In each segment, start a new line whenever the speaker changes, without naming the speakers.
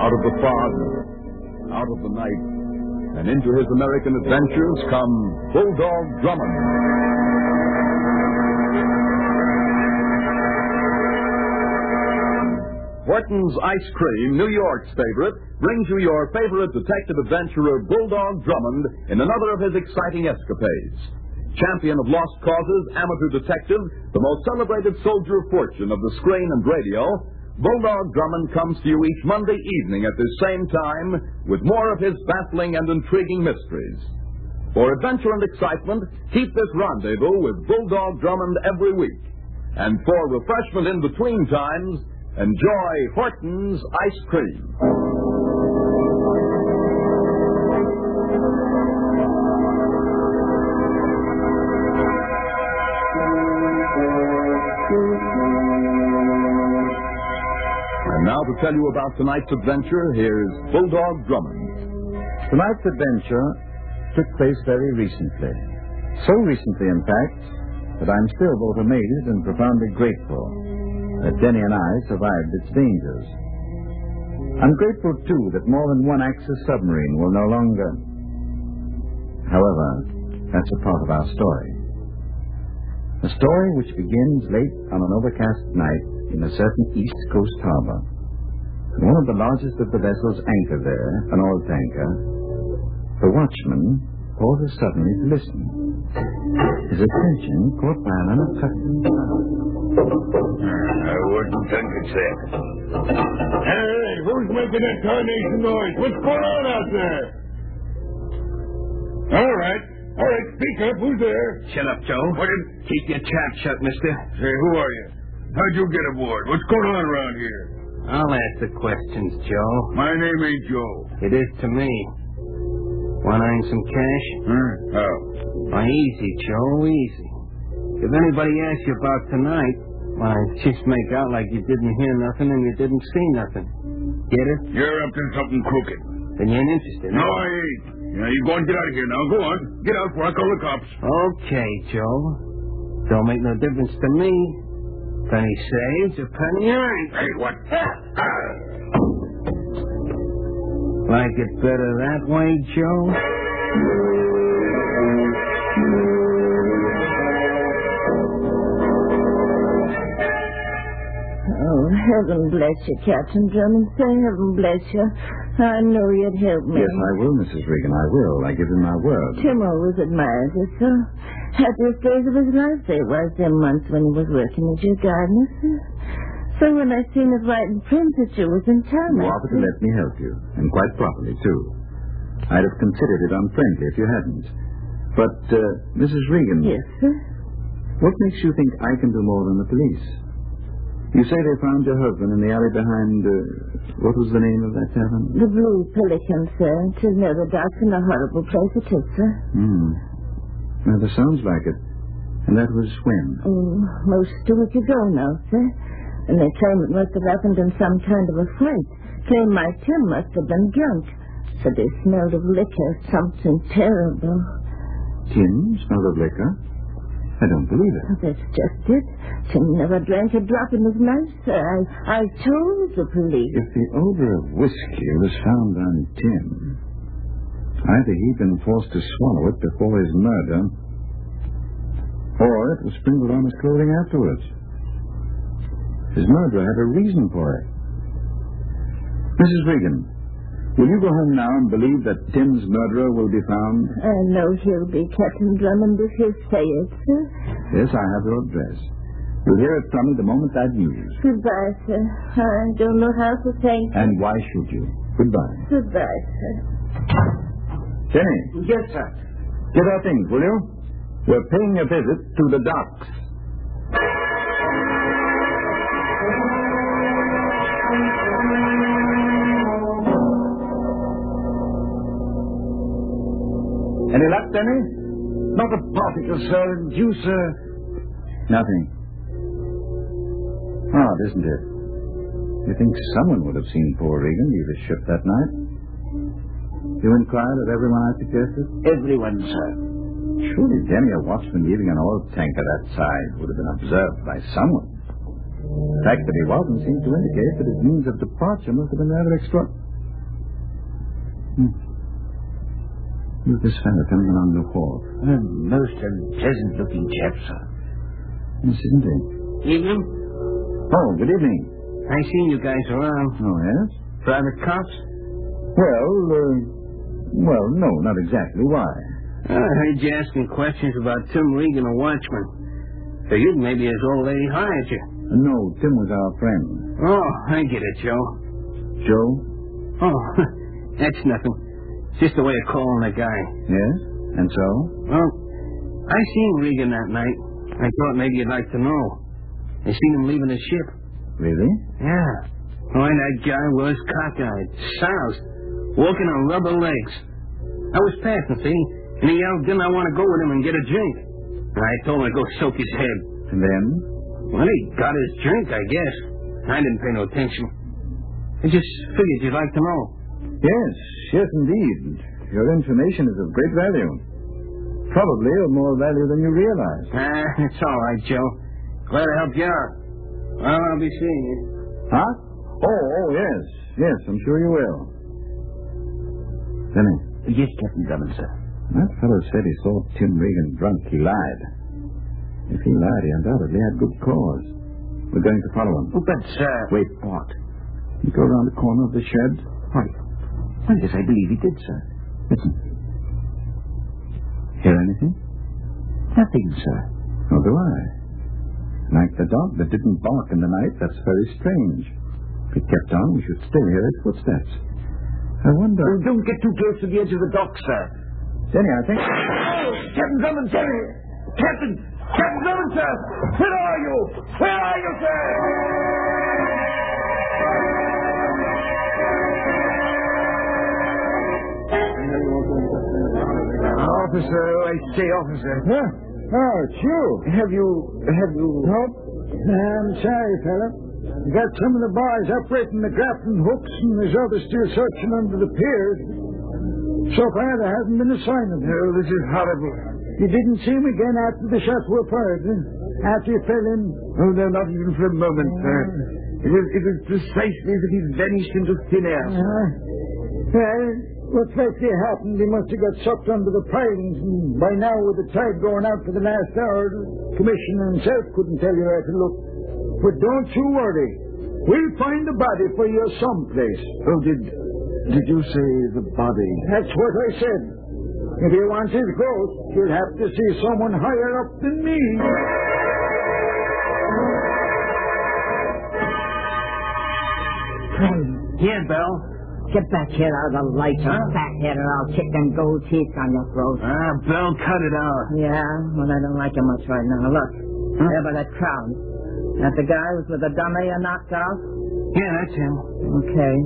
Out of the fog, out of the night, and into his American adventures come Bulldog Drummond. Horton's Ice Cream, New York's favorite, brings you your favorite detective adventurer, Bulldog Drummond, in another of his exciting escapades. Champion of lost causes, amateur detective, the most celebrated soldier of fortune of the screen and radio, Bulldog Drummond comes to you each Monday evening at this same time with more of his baffling and intriguing mysteries. For adventure and excitement, keep this rendezvous with Bulldog Drummond every week. And for refreshment in between times, enjoy Horton's Ice Cream. And now to tell you about tonight's adventure, here's Bulldog Drummond.
Tonight's adventure took place very recently. So recently, in fact, that I'm still both amazed and profoundly grateful that Denny and I survived its dangers. I'm grateful, too, that more than one Axis submarine will no longer. However, that's a part of our story. A story which begins late on an overcast night in a certain East Coast harbor. One of the largest of the vessels anchored there, an oil tanker, the watchman pauses suddenly to listen. His attention caught by an unaccustomed sound.
I wouldn't think it's that. Hey, who's making that carnation noise? What's going on out there? All right. All right, speak up. Who's there?
Shut up, Joe. Keep your trap shut, mister.
Say, who are you? How'd you get aboard? What's going on around here?
I'll ask the questions, Joe.
My name ain't Joe.
It is to me. Want to earn some cash?
Huh? How?
Why, easy, Joe, easy. If anybody asks you about tonight, why, just make out like you didn't hear nothing and you didn't see nothing. Get it?
You're up to something crooked.
Then you ain't interested.
No, I ain't. Yeah, you go and get out of here now. Go on. Get out before I call the cops.
Okay, Joe. Don't make no difference to me. Penny saves, a penny earned.
Hey, what? Ah!
Like it better that way, Joe?
Oh, heaven bless you, Captain Drummond. Say heaven bless you. I know you'd help me.
Yes, I will, Mrs. Regan, I will. I give you my word.
Tim always admired you so. Happiest days of his life they was them months when he was working as your gardener. sir. So when I seen it right in print that you was in town,
You
I
offered to let me help you, and quite properly, too. I'd have considered it unfriendly if you hadn't. But, uh, Mrs. Regan,
yes, sir.
what makes you think I can do more than the police? You say they found your husband in the alley behind, uh, what was the name of that tavern?
The blue pelican, sir. 'Tis never dark and a horrible place it is, sir.
Hmm. Rather sounds like it. And that was when?
Oh, most a week ago now, sir. And they claim it must have happened in some kind of a fight. Claim my Tim must have been drunk. Said they smelled of liquor, something terrible.
Tin smelled of liquor? I don't believe it.
That's just it. Tim never drank a drop in his life, sir. I, I told the police.
If the odor of whiskey was found on Tim, either he'd been forced to swallow it before his murder, or it was sprinkled on his clothing afterwards. His murderer had a reason for it. Mrs. Regan, will you go home now and believe that Tim's murderer will be found?
I know he'll be Captain Drummond if he'll say it, sir.
Yes, I have your address. You'll hear it from me the moment that news.
Goodbye, sir. I don't know how to thank you.
And why should you? Goodbye.
Goodbye, sir.
Jenny,
Yes, sir.
get our things, will you? We're paying a visit to the docks. Any luck, Denny? Not a particle, sir. And you, sir? Nothing. Odd, isn't it? You think someone would have seen poor Regan leave his ship that night? You inquired of everyone I suggested?
Everyone, sir.
Surely, Denny, a watchman leaving an oil tanker that size would have been observed by someone. The fact that he wasn't seemed to indicate that his means of departure must have been rather extra. Hmm. Who's this fellow coming along the hall?
A most unpleasant looking chap, sir.
Yes, isn't he?
Evening?
Oh, good evening.
I seen you guys around.
Oh, yes?
Private cops?
Well, uh, well, no, not exactly. Why?
Oh, I heard you asking questions about Tim Regan, a watchman. Figured maybe his old lady hired you.
No, Tim was our friend.
Oh, I get it, Joe.
Joe?
Oh, that's nothing. Just a way of calling a guy.
Yes? And so?
Well, I seen Regan that night. I thought maybe you'd like to know. I seen him leaving the ship.
Really?
Yeah. Why, that guy was cockeyed, soused, walking on rubber legs. I was passing, see, and he yelled, didn't I want to go with him and get a drink? And I told him to go soak his head.
And then?
Well, he got his drink, I guess. I didn't pay no attention. I just figured you'd like to know.
Yes, yes, indeed. Your information is of great value. Probably of more value than you realize.
Ah, it's all right, Joe. Glad to help you out. Well, I'll be seeing you.
Huh? Oh, oh, yes. Yes, I'm sure you will. Denny,
Yes, Captain Drummond, sir.
that fellow said he saw Tim Regan drunk. He lied. If he lied, he undoubtedly had good cause. We're going to follow him.
Oh, but, sir. Wait, what?
You go around the corner of the shed.
Why? Why, yes, I believe he did, sir.
Listen. Hear anything?
Nothing, sir.
Nor do I. Like the dog that didn't bark in the night, that's very strange. If it kept on, we should still hear its footsteps. I wonder.
Oh, don't get too close to the edge of the dock, sir.
Denny, I think.
Oh, Captain Drummond, sir! Captain! Captain Drummond, sir! Where are you? Where are you, sir? Officer, I say, officer.
Huh? Oh, it's you.
Have you, have you?
Nope. I'm sorry, fella. Got some of the boys uprating the grappling hooks, and there's others still searching under the piers. So far, there hasn't been a sign of them.
No, this is horrible.
You didn't see him again after the shots were fired, huh? after you fell in. Mm.
Oh, no, not even for a moment, sir. It was, it was precisely as if he vanished into thin air.
Uh, well, what likely happened, he must have got sucked under the pilings, and by now, with the tide going out for the last hour, the commissioner himself couldn't tell you where to look. But don't you worry. We'll find the body for you someplace.
Oh, did, did you say the body?
That's what I said. If you want his ghost, you'll have to see someone higher up than me.
Here, Bell.
Get back here out of the light, you
Huh?
fathead, or I'll kick them gold teeth on your throat.
Ah, Bell, cut it out.
Yeah, well, I don't like you much right now. Look, there by that crown. That the guy was with the dummy you knocked out?
Yeah, that's him.
Okay.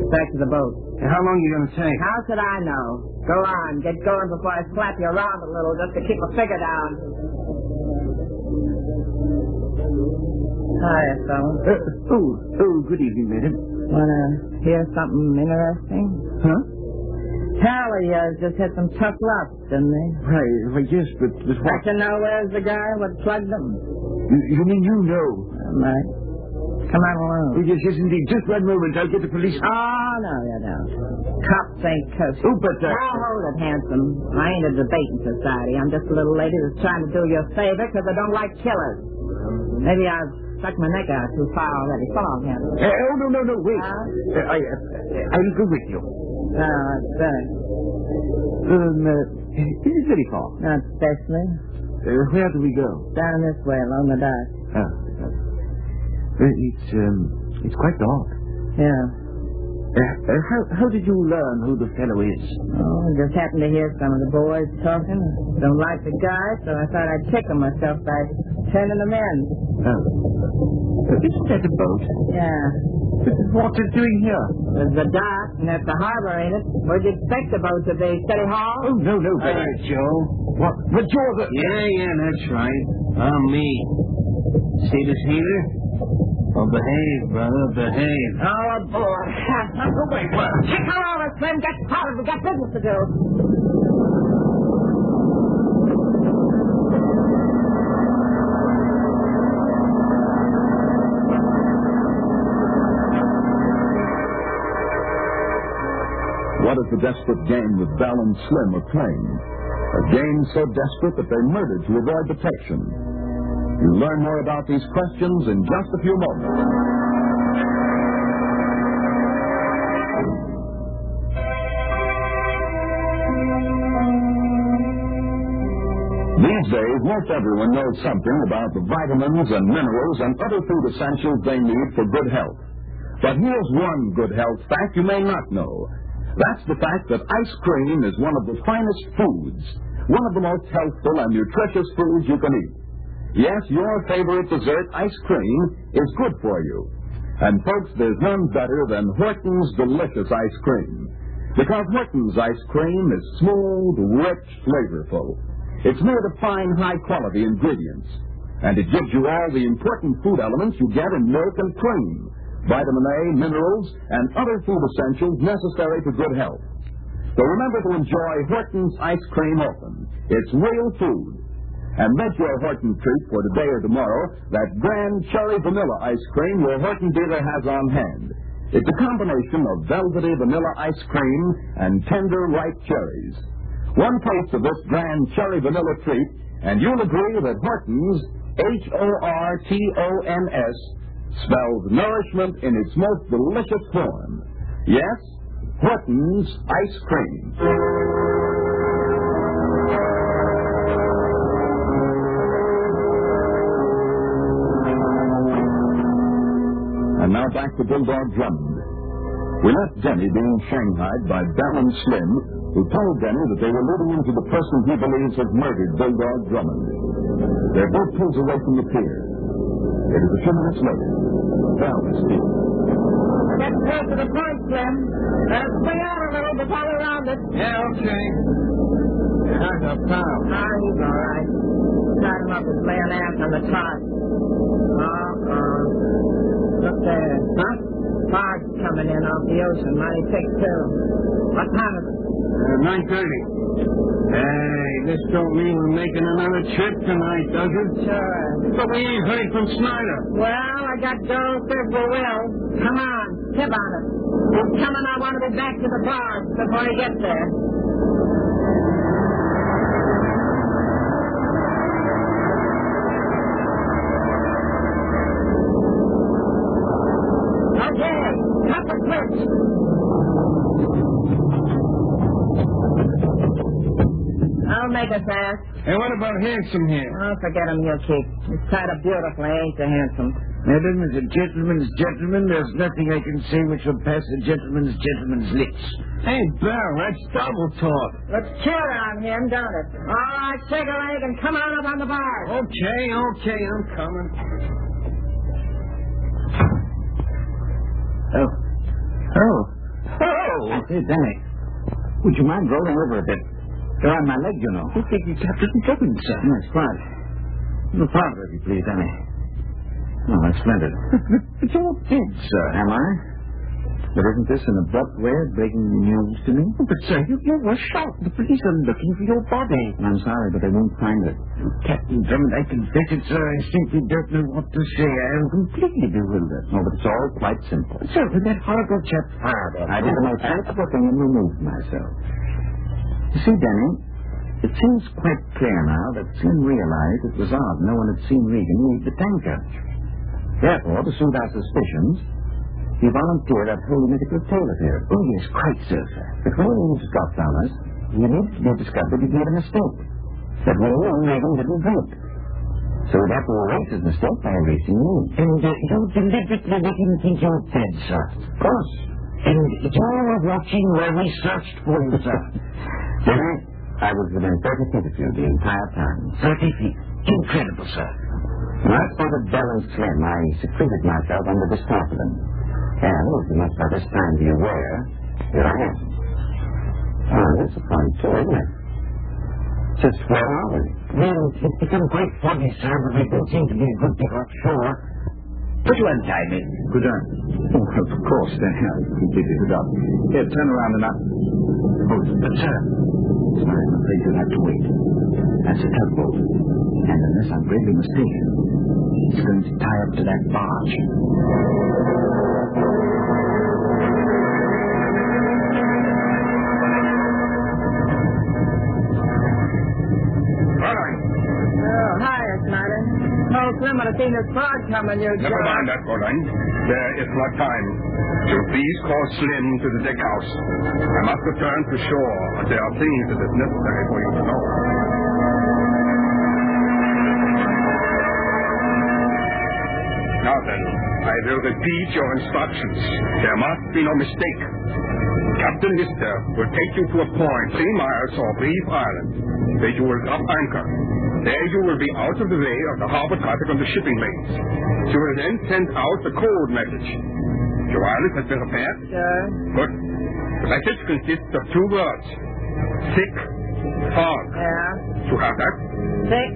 Get back to the boat.
How long you gonna take?
How should I know? Go on, get going before I slap you around a little just to keep a figure down. Hiya, fella.
Uh, oh, oh, good evening, madam.
Wanna hear something interesting?
Huh?
Pal of yours just had some tough luck, didn't they?
Why, why yes, but, but what?
Don't you know where's the guy what plugged them?
You, you mean you know?
All right. Come on
Oh,
along.
yes, yes, indeed. Just one moment. I'll get the police.
Oh, no, you don't. Cops ain't kosher.
Oh, but, uh,
Now, hold it, handsome. I ain't a debating society. I'm just a little lady that's trying to do you a favor because I don't like killers. Maybe I've stuck my neck out too far already. So long, handsome.
Uh, oh, no, no, no, wait.
Huh?
Uh, I, uh, I'll go with you.
Oh, that's better.
Um, uh, it is very far.
Not especially.
Uh, where do we go?
Down this way along the dock.
Ah, uh, it's, um, it's quite dark.
Yeah.
Uh, uh, how, how did you learn who the fellow is?
Oh, I just happened to hear some of the boys talking. Don't like the guy, so I thought I'd tickle myself by turning them in.
Oh. Uh, isn't that a boat?
Yeah.
But What is doing here?
There's the dock, and that's the harbor, ain't it? Where'd you expect the boat to be? City Hall?
Oh, no, no,
All
but...
right, Joe.
What? But you're the...
Um,
Yeah, yeah, that's right. I'm me. See this heater?
Oh,
Well, behave, brother, behave.
All aboard. Now, go away, Oh, Take her over, Slim. Get started. We got business to do.
What is the desperate game that Val and Slim are playing? A game so desperate that they murdered to avoid detection. You'll learn more about these questions in just a few moments. These days, most everyone knows something about the vitamins and minerals and other food essentials they need for good health. But here's one good health fact you may not know. That's the fact that ice cream is one of the finest foods, one of the most healthful and nutritious foods you can eat. Yes, your favorite dessert, ice cream, is good for you. And folks, there's none better than Horton's delicious ice cream. Because Horton's ice cream is smooth, rich, flavorful. It's made of fine, high quality ingredients. And it gives you all the important food elements you get in milk and cream vitamin A, minerals, and other food essentials necessary for good health. So remember to enjoy Horton's ice cream often. It's real food. And make your Horton treat for today or tomorrow that grand cherry vanilla ice cream your Horton dealer has on hand. It's a combination of velvety vanilla ice cream and tender ripe cherries. One taste of this grand cherry vanilla treat, and you'll agree that Horton's H O R T O N S spells nourishment in its most delicious form. Yes, Horton's ice cream. And now back to Bulldog Drummond. We left Denny being shanghaied by Dallin Slim, who told Denny that they were leading him to the person he believes has murdered Bulldog Drummond. Their boat pulls away from the pier. It is a few minutes later. Val is speaking.
Get close to the point, Slim. And swing out a little before we round it.
Yeah, okay. How's the pal?
Ah, he's all right. Tied him up and laying ass on the trot. Uh-uh. Look there. Huh? Fog's coming in off the ocean. Mighty thick, too. What time is it?
Uh, 9.30. Hey, this don't mean we're making another trip tonight, does it?
Sure.
But we ain't heard from Snyder.
Well, I got girls says we will. Come on, tip on it. He's coming. I want to be back to the bar before he gets there. Okay, cut the switch. I'll make us fast.
Hey, what about Handsome here?
Oh, forget him, he'll keep. He's tied up beautifully, ain't he, handsome?
Madam, as a gentleman's gentleman, there's nothing I can say which will pass a gentleman's gentleman's lips.
Hey, Val, that's double talk.
Looks cute on him, don't it? All right, shake a leg and come on up on the bar.
Okay, okay, I'm coming.
Oh. Oh. Oh! Hey, Danny. Would you mind rolling over a bit? They're on my leg, you know. Okay, you have to jump sir. That's fine. No farther, if you please, Danny. Oh, that's splendid. it's all dead, sir. Am I? But isn't this an abrupt way of breaking the news to me? Oh, But, sir, you, you were shot. The police are looking for your body. I'm sorry, but they won't find it. Captain Drummond, I confess it, sir. I simply don't know what to say. I am completely bewildered. No, but it's all quite simple. Sir, when that horrible chap fired Ah, I did the most sensible thing and removed myself. You see, Danny, it seems quite clear now that Slim realized it was odd no one had seen Regan leave the tanker. Therefore, to suit our suspicions, he volunteered that whole mythical tale of his. Oh, yes, quite, sir. But when he was dropped on us, he needed to be discovered he made a mistake. That we knew Regan didn't drink. So we'd have to erase his mistake by erasing you. And uh, you deliberately let him think you were dead, sir. Of course. And you were watching where we searched for him, sir. Jimmy, I was within 30 feet of you the entire time. 30 feet. Incredible, sir. When I spotted Bell and Slim, I secreted myself under the top of them. And, as you must by this time be aware, here I am. Oh, that's a fun tour, isn't it? Just where are we? Well, it's become quite foggy, sir, but we do seem to be a good bit offshore.
But you untie me.
Could I? Oh, of course, then. I completely forgot. Here, turn around and up.
Oh, but, sir,
I'm afraid you'll have to wait. That's a tugboat. And unless I'm greatly mistaken, it's going to tie up to that barge.
Oh, hi, Snyder. Oh, Slim, I've seen this frog coming. You're
Never mind that, Fräulein. There is not time. So please call Slim to the deck house. I must return to shore, but there are things that is necessary for you to know. Now then, I will repeat your instructions. There must be no mistake. Captain Lister will take you to a point three miles off Reef Island, where you will drop anchor. There you will be out of the way of the harbor traffic on the shipping lanes. You will then send out the code message. Your wireless has been repaired?
Sure.
Good. The message consists of two words. Thick fog.
Yeah.
You have that?
Thick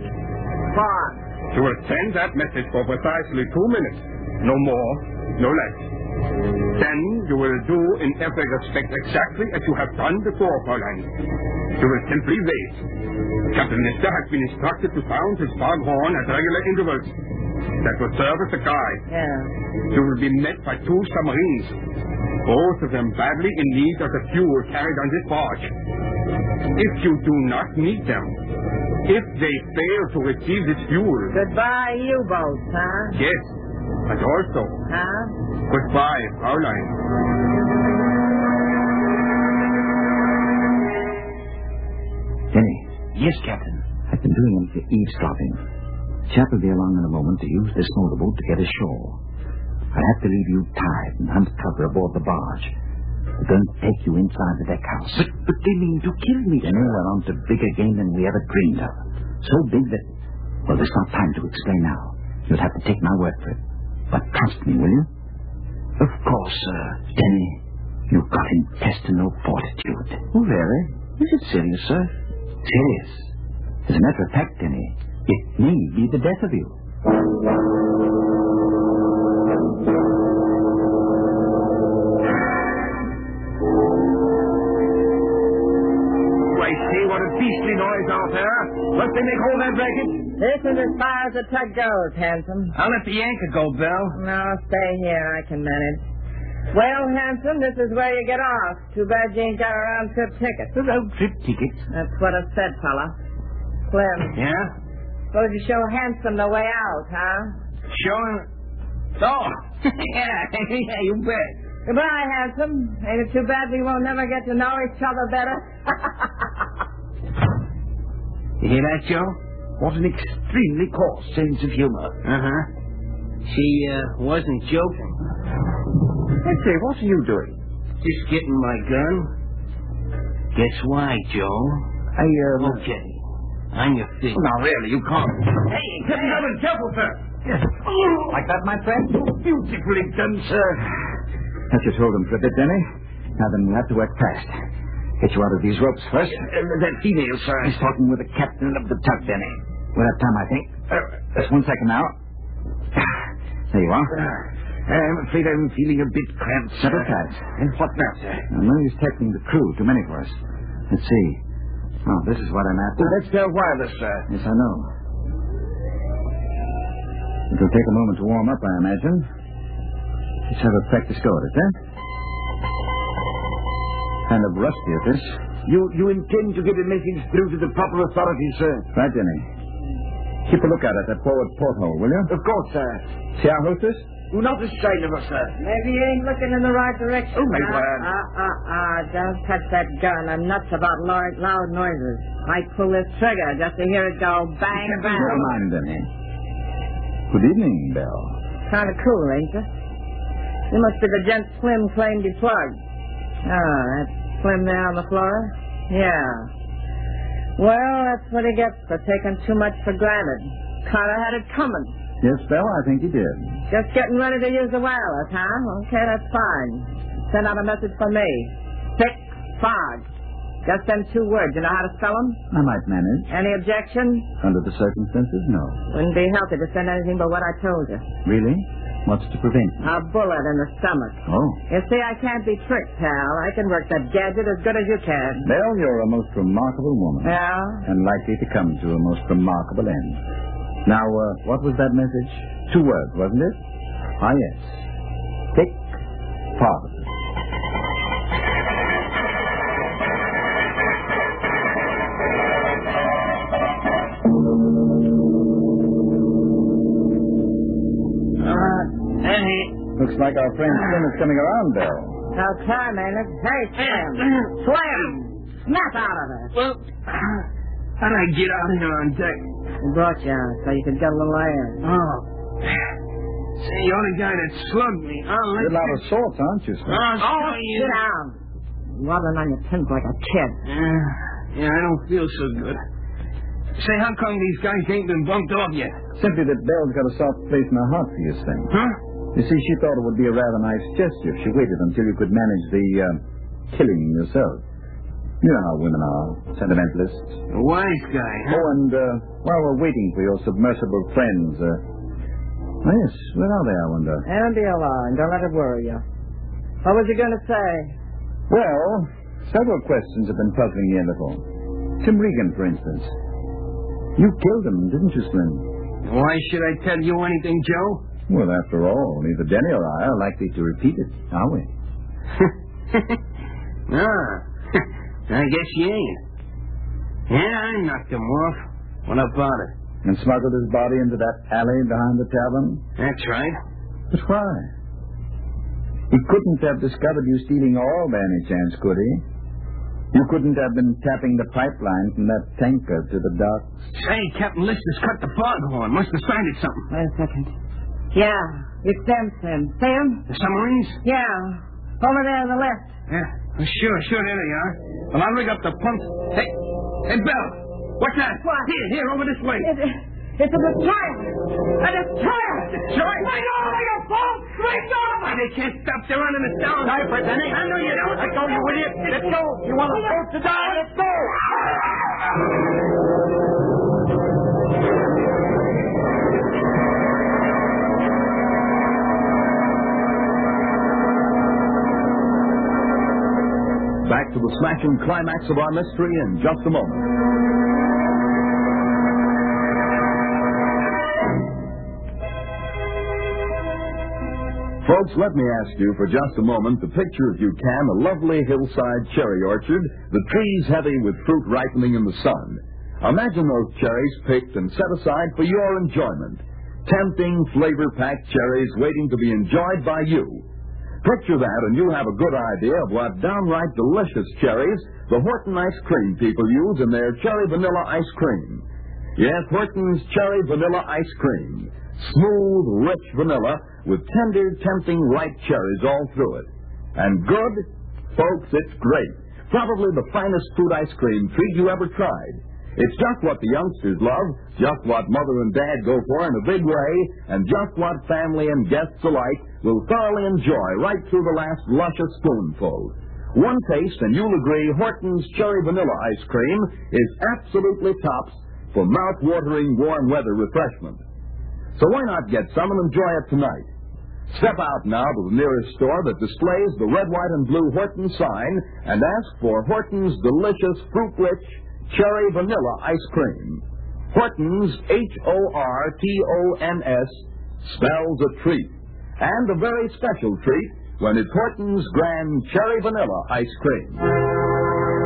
fog.
You will send that message for precisely two minutes. No more, no less. Then you will do in every respect exactly as you have done before, Fräulein. You will simply wait. Captain Lister has been instructed to sound his foghorn at regular intervals. That will serve as a guide.
Yeah.
You will be met by two submarines, both of them badly in need of the fuel carried on this barge. If you do not meet them, if they fail to receive this fuel,
Goodbye, U-boats, huh?
yes, and also
Huh?
goodbye, Fraulein.
Denny,
Yes, Captain.
I've been doing a little eavesdropping. Chap will be along in a moment to use this motorboat to get ashore. I'll have to leave you tied and hunt cover aboard the barge. We're going to take you inside the deck house.
But, but they mean to kill me.
Denny, we're on to bigger game than we ever dreamed of. So big that... Well, there's not time to explain now. You'll have to take my word for it. But trust me, will you?
Of course, sir.
uh, Denny, you've got intestinal fortitude.
Oh, really? Is it serious, sir?
Serious. As a matter of fact, Denny, it may be the death of you.
Do I see what a beastly noise out there? Let they make hold that racket.
This is as far as the tug goes, handsome.
I'll let the anchor go, Bell.
No, stay here. I can manage. Well, handsome, this is where you get off. Too bad you ain't got a round trip ticket.
The road trip tickets.
That's what I said, fella. Slim,
Yeah?
suppose you show handsome the way out, huh?
Sure. Oh, yeah, yeah, you bet.
Goodbye, handsome. Ain't it too bad we won't never get to know each other better?
You hear that, Joe?
What an extremely coarse sense of humor.
Uh huh. She uh, wasn't joking.
I say, what are you doing?
Just getting my gun. Guess why, Joe?
I, um...
uh,
Okay. I'm your
Oh,
fig.
Now, really, you can't.
Hey, Captain Robin, careful, sir.
Like that, my friend? Beautifully done, sir.
That just hold him for a bit, Denny. Now then, we'll have to work fast. Get you out of these ropes first.
Uh, that female, sir.
He's talking with the captain of the tug, Denny. We'll have time, I think. Uh, just one second now. There you are.
Uh, I'm afraid I'm feeling a bit cramped, sir.
Settle tight.
And what now, sir?
Now, no use taking the crew. Too many for us. Let's see. Oh, this is what I'm after.
Well, that's their wireless, sir.
Yes, I know. It'll take a moment to warm up, I imagine. Let's have a practice go at it, eh? Kind of rusty at this.
You, you intend to get a message through to the proper authorities, sir?
Right, Denny. Keep a lookout at that forward porthole, will you?
Of course, sir.
See our hostess?
Do not a sign of us, sir.
Maybe you ain't looking in the right direction.
Oh, my
huh?
word.
Uh, uh, uh, don't touch that gun. I'm nuts about loud, loud noises. Might pull this trigger just to hear it go bang, bang.
Never mind, Denny. Good evening, Bell.
Kind of cool, ain't it? You must be the gent Slim claimed he plugged. Oh, that Slim there on the floor? Yeah. Well, that's what he gets for taking too much for granted. Carter had it coming.
Yes, Bell, I think you did.
Just getting ready to use the wireless, huh? Okay, that's fine. Send out a message for me. Thick fog. Just them two words. You know how to spell them?
I might manage.
Any objection?
Under the circumstances, no.
Wouldn't be healthy to send anything but what I told you.
Really?
What's to prevent?
A bullet in the stomach.
Oh.
You see, I can't be tricked, pal. I can work that gadget as good as you can.
Belle, you're a most remarkable woman.
Yeah?
And likely to come to a most remarkable end. Now, uh, what was that message? Two words, wasn't it? Ah, yes. Pick pocket.
Uh, hey.
Looks like our friend Slim is coming around, Belle.
Now, time, ain't it? Hey, Slim. Slim! Snap out of it.
Well, how'd I get out here on deck?
We brought you out so you could get a little air.
Oh. Say, you're the guy that slugged me. Oh,
You're a lot of sorts, aren't you,
Oh,
Slim?
oh you.
Sit down. Wobbling on your pins like a kid.
Yeah, yeah, I don't feel so good. Say, how come these guys ain't been bumped off yet?
Simply that Belle's got a soft place in her heart for you, Slim.
Huh?
You see, she thought it would be a rather nice gesture if she waited until you could manage the uh, killing yourself. You know how women are, sentimentalists.
A wise guy, huh?
Oh, and uh, while we're waiting for your submersible friends, uh, oh, yes, where are they, I wonder?
It'll be alone. uh, Don't let it worry you. What was you going to say?
Well, several questions have been puzzling me a little. Tim Regan, for instance. You killed him, didn't you, Slim?
Why should I tell you anything, Joe?
Well, after all, neither Denny or I are likely to repeat it, are we?
ah, I guess you ain't. Yeah, I knocked him off. What about it?
And smuggled his body into that alley behind the tavern?
That's right.
But why? He couldn't have discovered you stealing all by any chance, could he? You couldn't have been tapping the pipeline from that tanker to the docks.
Say, Captain Lister's cut the foghorn. Must have sighted something.
Wait a second. Yeah, it's them, Slim. See 'em?
The submarines?
Yeah. Over there on the left.
Yeah. Well, Sure, sure, there they are. Well, I'll rig up the pump. Hey, hey, Bell. What's that?
What?
Here, here, over this way.
It, it's a destroyer. A destroyer.
Joyce! Let go!
oh,
Let go! Paul! Let go! They can't stop. They're running us down. Die for Denny. I know you don't. Let go, you idiot. Let go. You want us both to die? Let's go!
Back to the smashing climax of our mystery in just a moment. Folks, let me ask you for just a moment to picture, if you can, a lovely hillside cherry orchard, the trees heavy with fruit ripening in the sun. Imagine those cherries picked and set aside for your enjoyment. Tempting, flavor packed cherries waiting to be enjoyed by you. Picture that, and you have a good idea of what downright delicious cherries the Horton ice cream people use in their cherry vanilla ice cream. Yes, Horton's Cherry Vanilla Ice Cream. Smooth, rich vanilla with tender, tempting ripe cherries all through it. And good? Folks, it's great. Probably the finest fruit ice cream treat you ever tried. It's just what the youngsters love, just what mother and dad go for in a big way, and just what family and guests alike will thoroughly enjoy right through the last luscious spoonful. One taste, and you'll agree Horton's Cherry Vanilla Ice Cream is absolutely tops for mouth-watering warm weather refreshment. So why not get some and enjoy it tonight? Step out now to the nearest store that displays the red, white, and blue Horton sign and ask for Horton's delicious fruit-rich cherry vanilla ice cream. Horton's H-O-R-T-O-N-S spells a treat, and a very special treat when it's Horton's Grand Cherry Vanilla Ice Cream.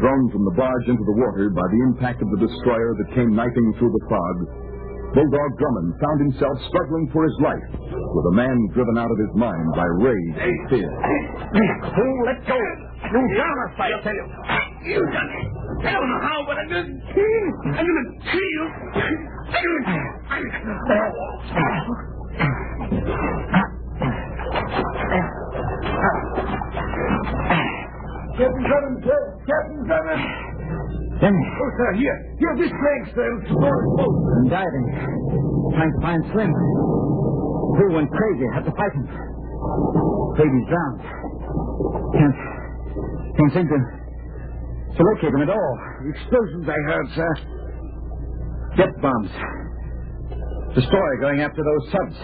Thrown from the barge into the water by the impact of the destroyer that came knifing through the fog, Bulldog Drummond found himself struggling for his life with a man driven out of his mind by rage and fear.
Who let go? You promised, I tell you.
You done it. I don't know how, but I'm gonna kill you. I'm gonna kill you. I'm gonna...
Captain Drummond, sir. Captain Drummond. Oh, sir, here. Here, this plank, sir. It's going boat.
I'm diving. Trying to find Slim. Who went crazy? Had to fight him. Baby's drowned. Can't, can't seem to
to locate them at all. The explosions I heard, sir. Jet bombs. Destroyer going after those subs.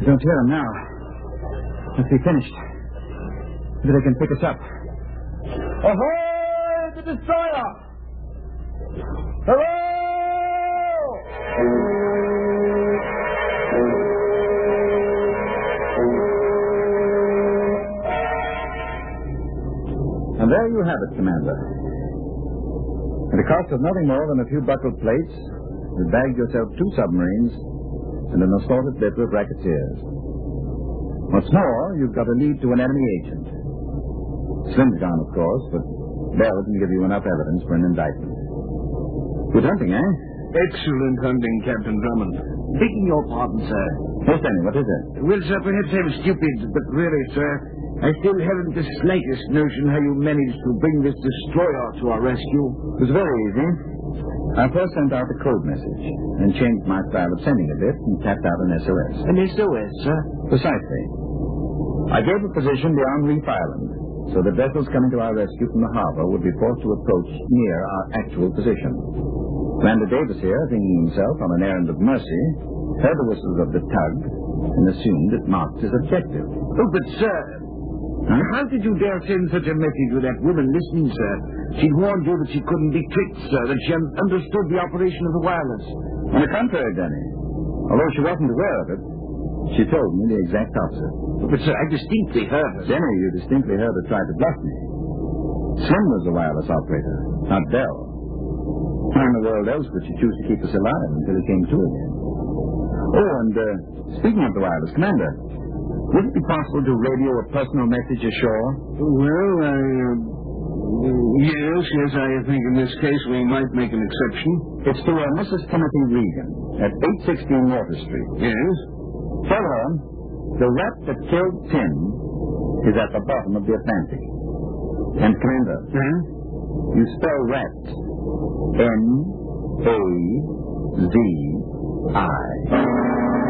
I don't hear them now. Must be finished. Maybe they can pick us up. Ahoy, the destroyer!
And there you have it, Commander. At a cost of nothing more than a few buckled plates, you bagged yourself two submarines and an assorted litter of racketeers. What's more, you've got a lead to an enemy agent. Slim's gone, of course, but Bell didn't give you enough evidence for an indictment. Good hunting, eh?
Excellent hunting, Captain Drummond.
Begging your pardon, sir.
Yes, Danny, what is it?
Well, sir, perhaps I'm stupid, but really, sir, I still haven't the slightest notion how you managed to bring this destroyer to our rescue.
It was very easy. I first sent out a code message, then changed my style of sending a bit and tapped out an SOS.
An SOS, sir?
Precisely. I gave the position beyond Reef Island, so that vessels coming to our rescue from the harbor would be forced to approach near our actual position. Commander Davis here, thinking himself on an errand of mercy, heard the whistles of the tug and assumed it marked his objective.
Oh, but, sir,
Huh?
how did you dare send such a message to that woman? Listen, sir, she warned you that she couldn't be tricked, sir, that she un- understood the operation of the wireless.
On the contrary, Danny, although she wasn't aware of it, she told me the exact opposite.
But, sir, I distinctly heard her.
Jenny, you distinctly heard her try to bluff me. Slim was the wireless operator, not Bell. How in the world else would she choose to keep us alive until it came to again? Oh, and uh, speaking of the wireless, Commander, would it be possible to radio a personal message ashore?
Well, I. Uh, yes, yes, I think in this case we might make an exception.
It's to uh, Mrs. Timothy Regan at 816 Water Street.
Yes?
Tell her the rat that killed Tim is at the bottom of the Atlantic. And, Commander,
Huh?
You spell rat. N A Z I.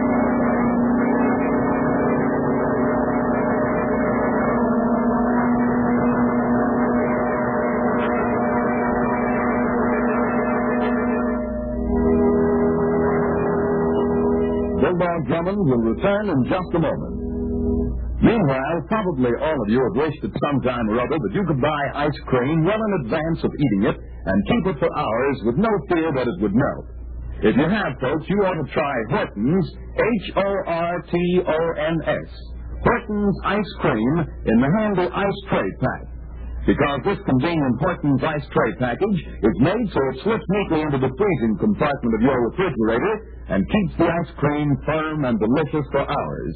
Bulldog Drummond will return in just a moment. Meanwhile, probably all of you have wished at some time or other that you could buy ice cream well in advance of eating it and keep it for hours with no fear that it would melt. If you have, folks, you ought to try Horton's, H-O-R-T-O-N-S. Horton's Ice Cream in the handle ice tray pack. Because this convenient Horton's ice tray package is made so it slips neatly into the freezing compartment of your refrigerator and keeps the ice cream firm and delicious for hours.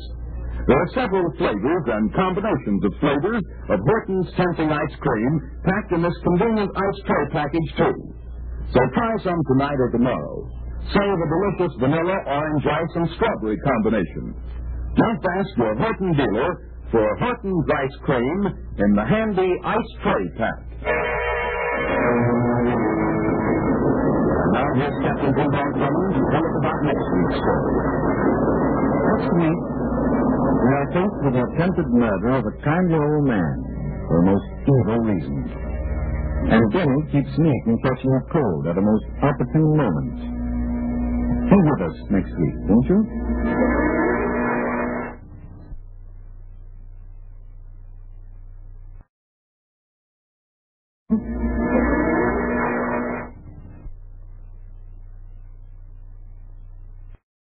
There are several flavors and combinations of flavors of Horton's tempting ice cream packed in this convenient ice tray package, too. So try some tonight or tomorrow. Say the delicious vanilla, orange ice, and strawberry combination. Just ask your Horton dealer for Horton's ice cream in the handy ice tray pack. And now here's Captain Bulldog Drummond to tell us about next week's story.
Next week, we are faced with the attempted murder of a kindly old man for the most evil reasons. And Denny keeps me from catching a cold at a most opportune moment. Be with us next week, won't you?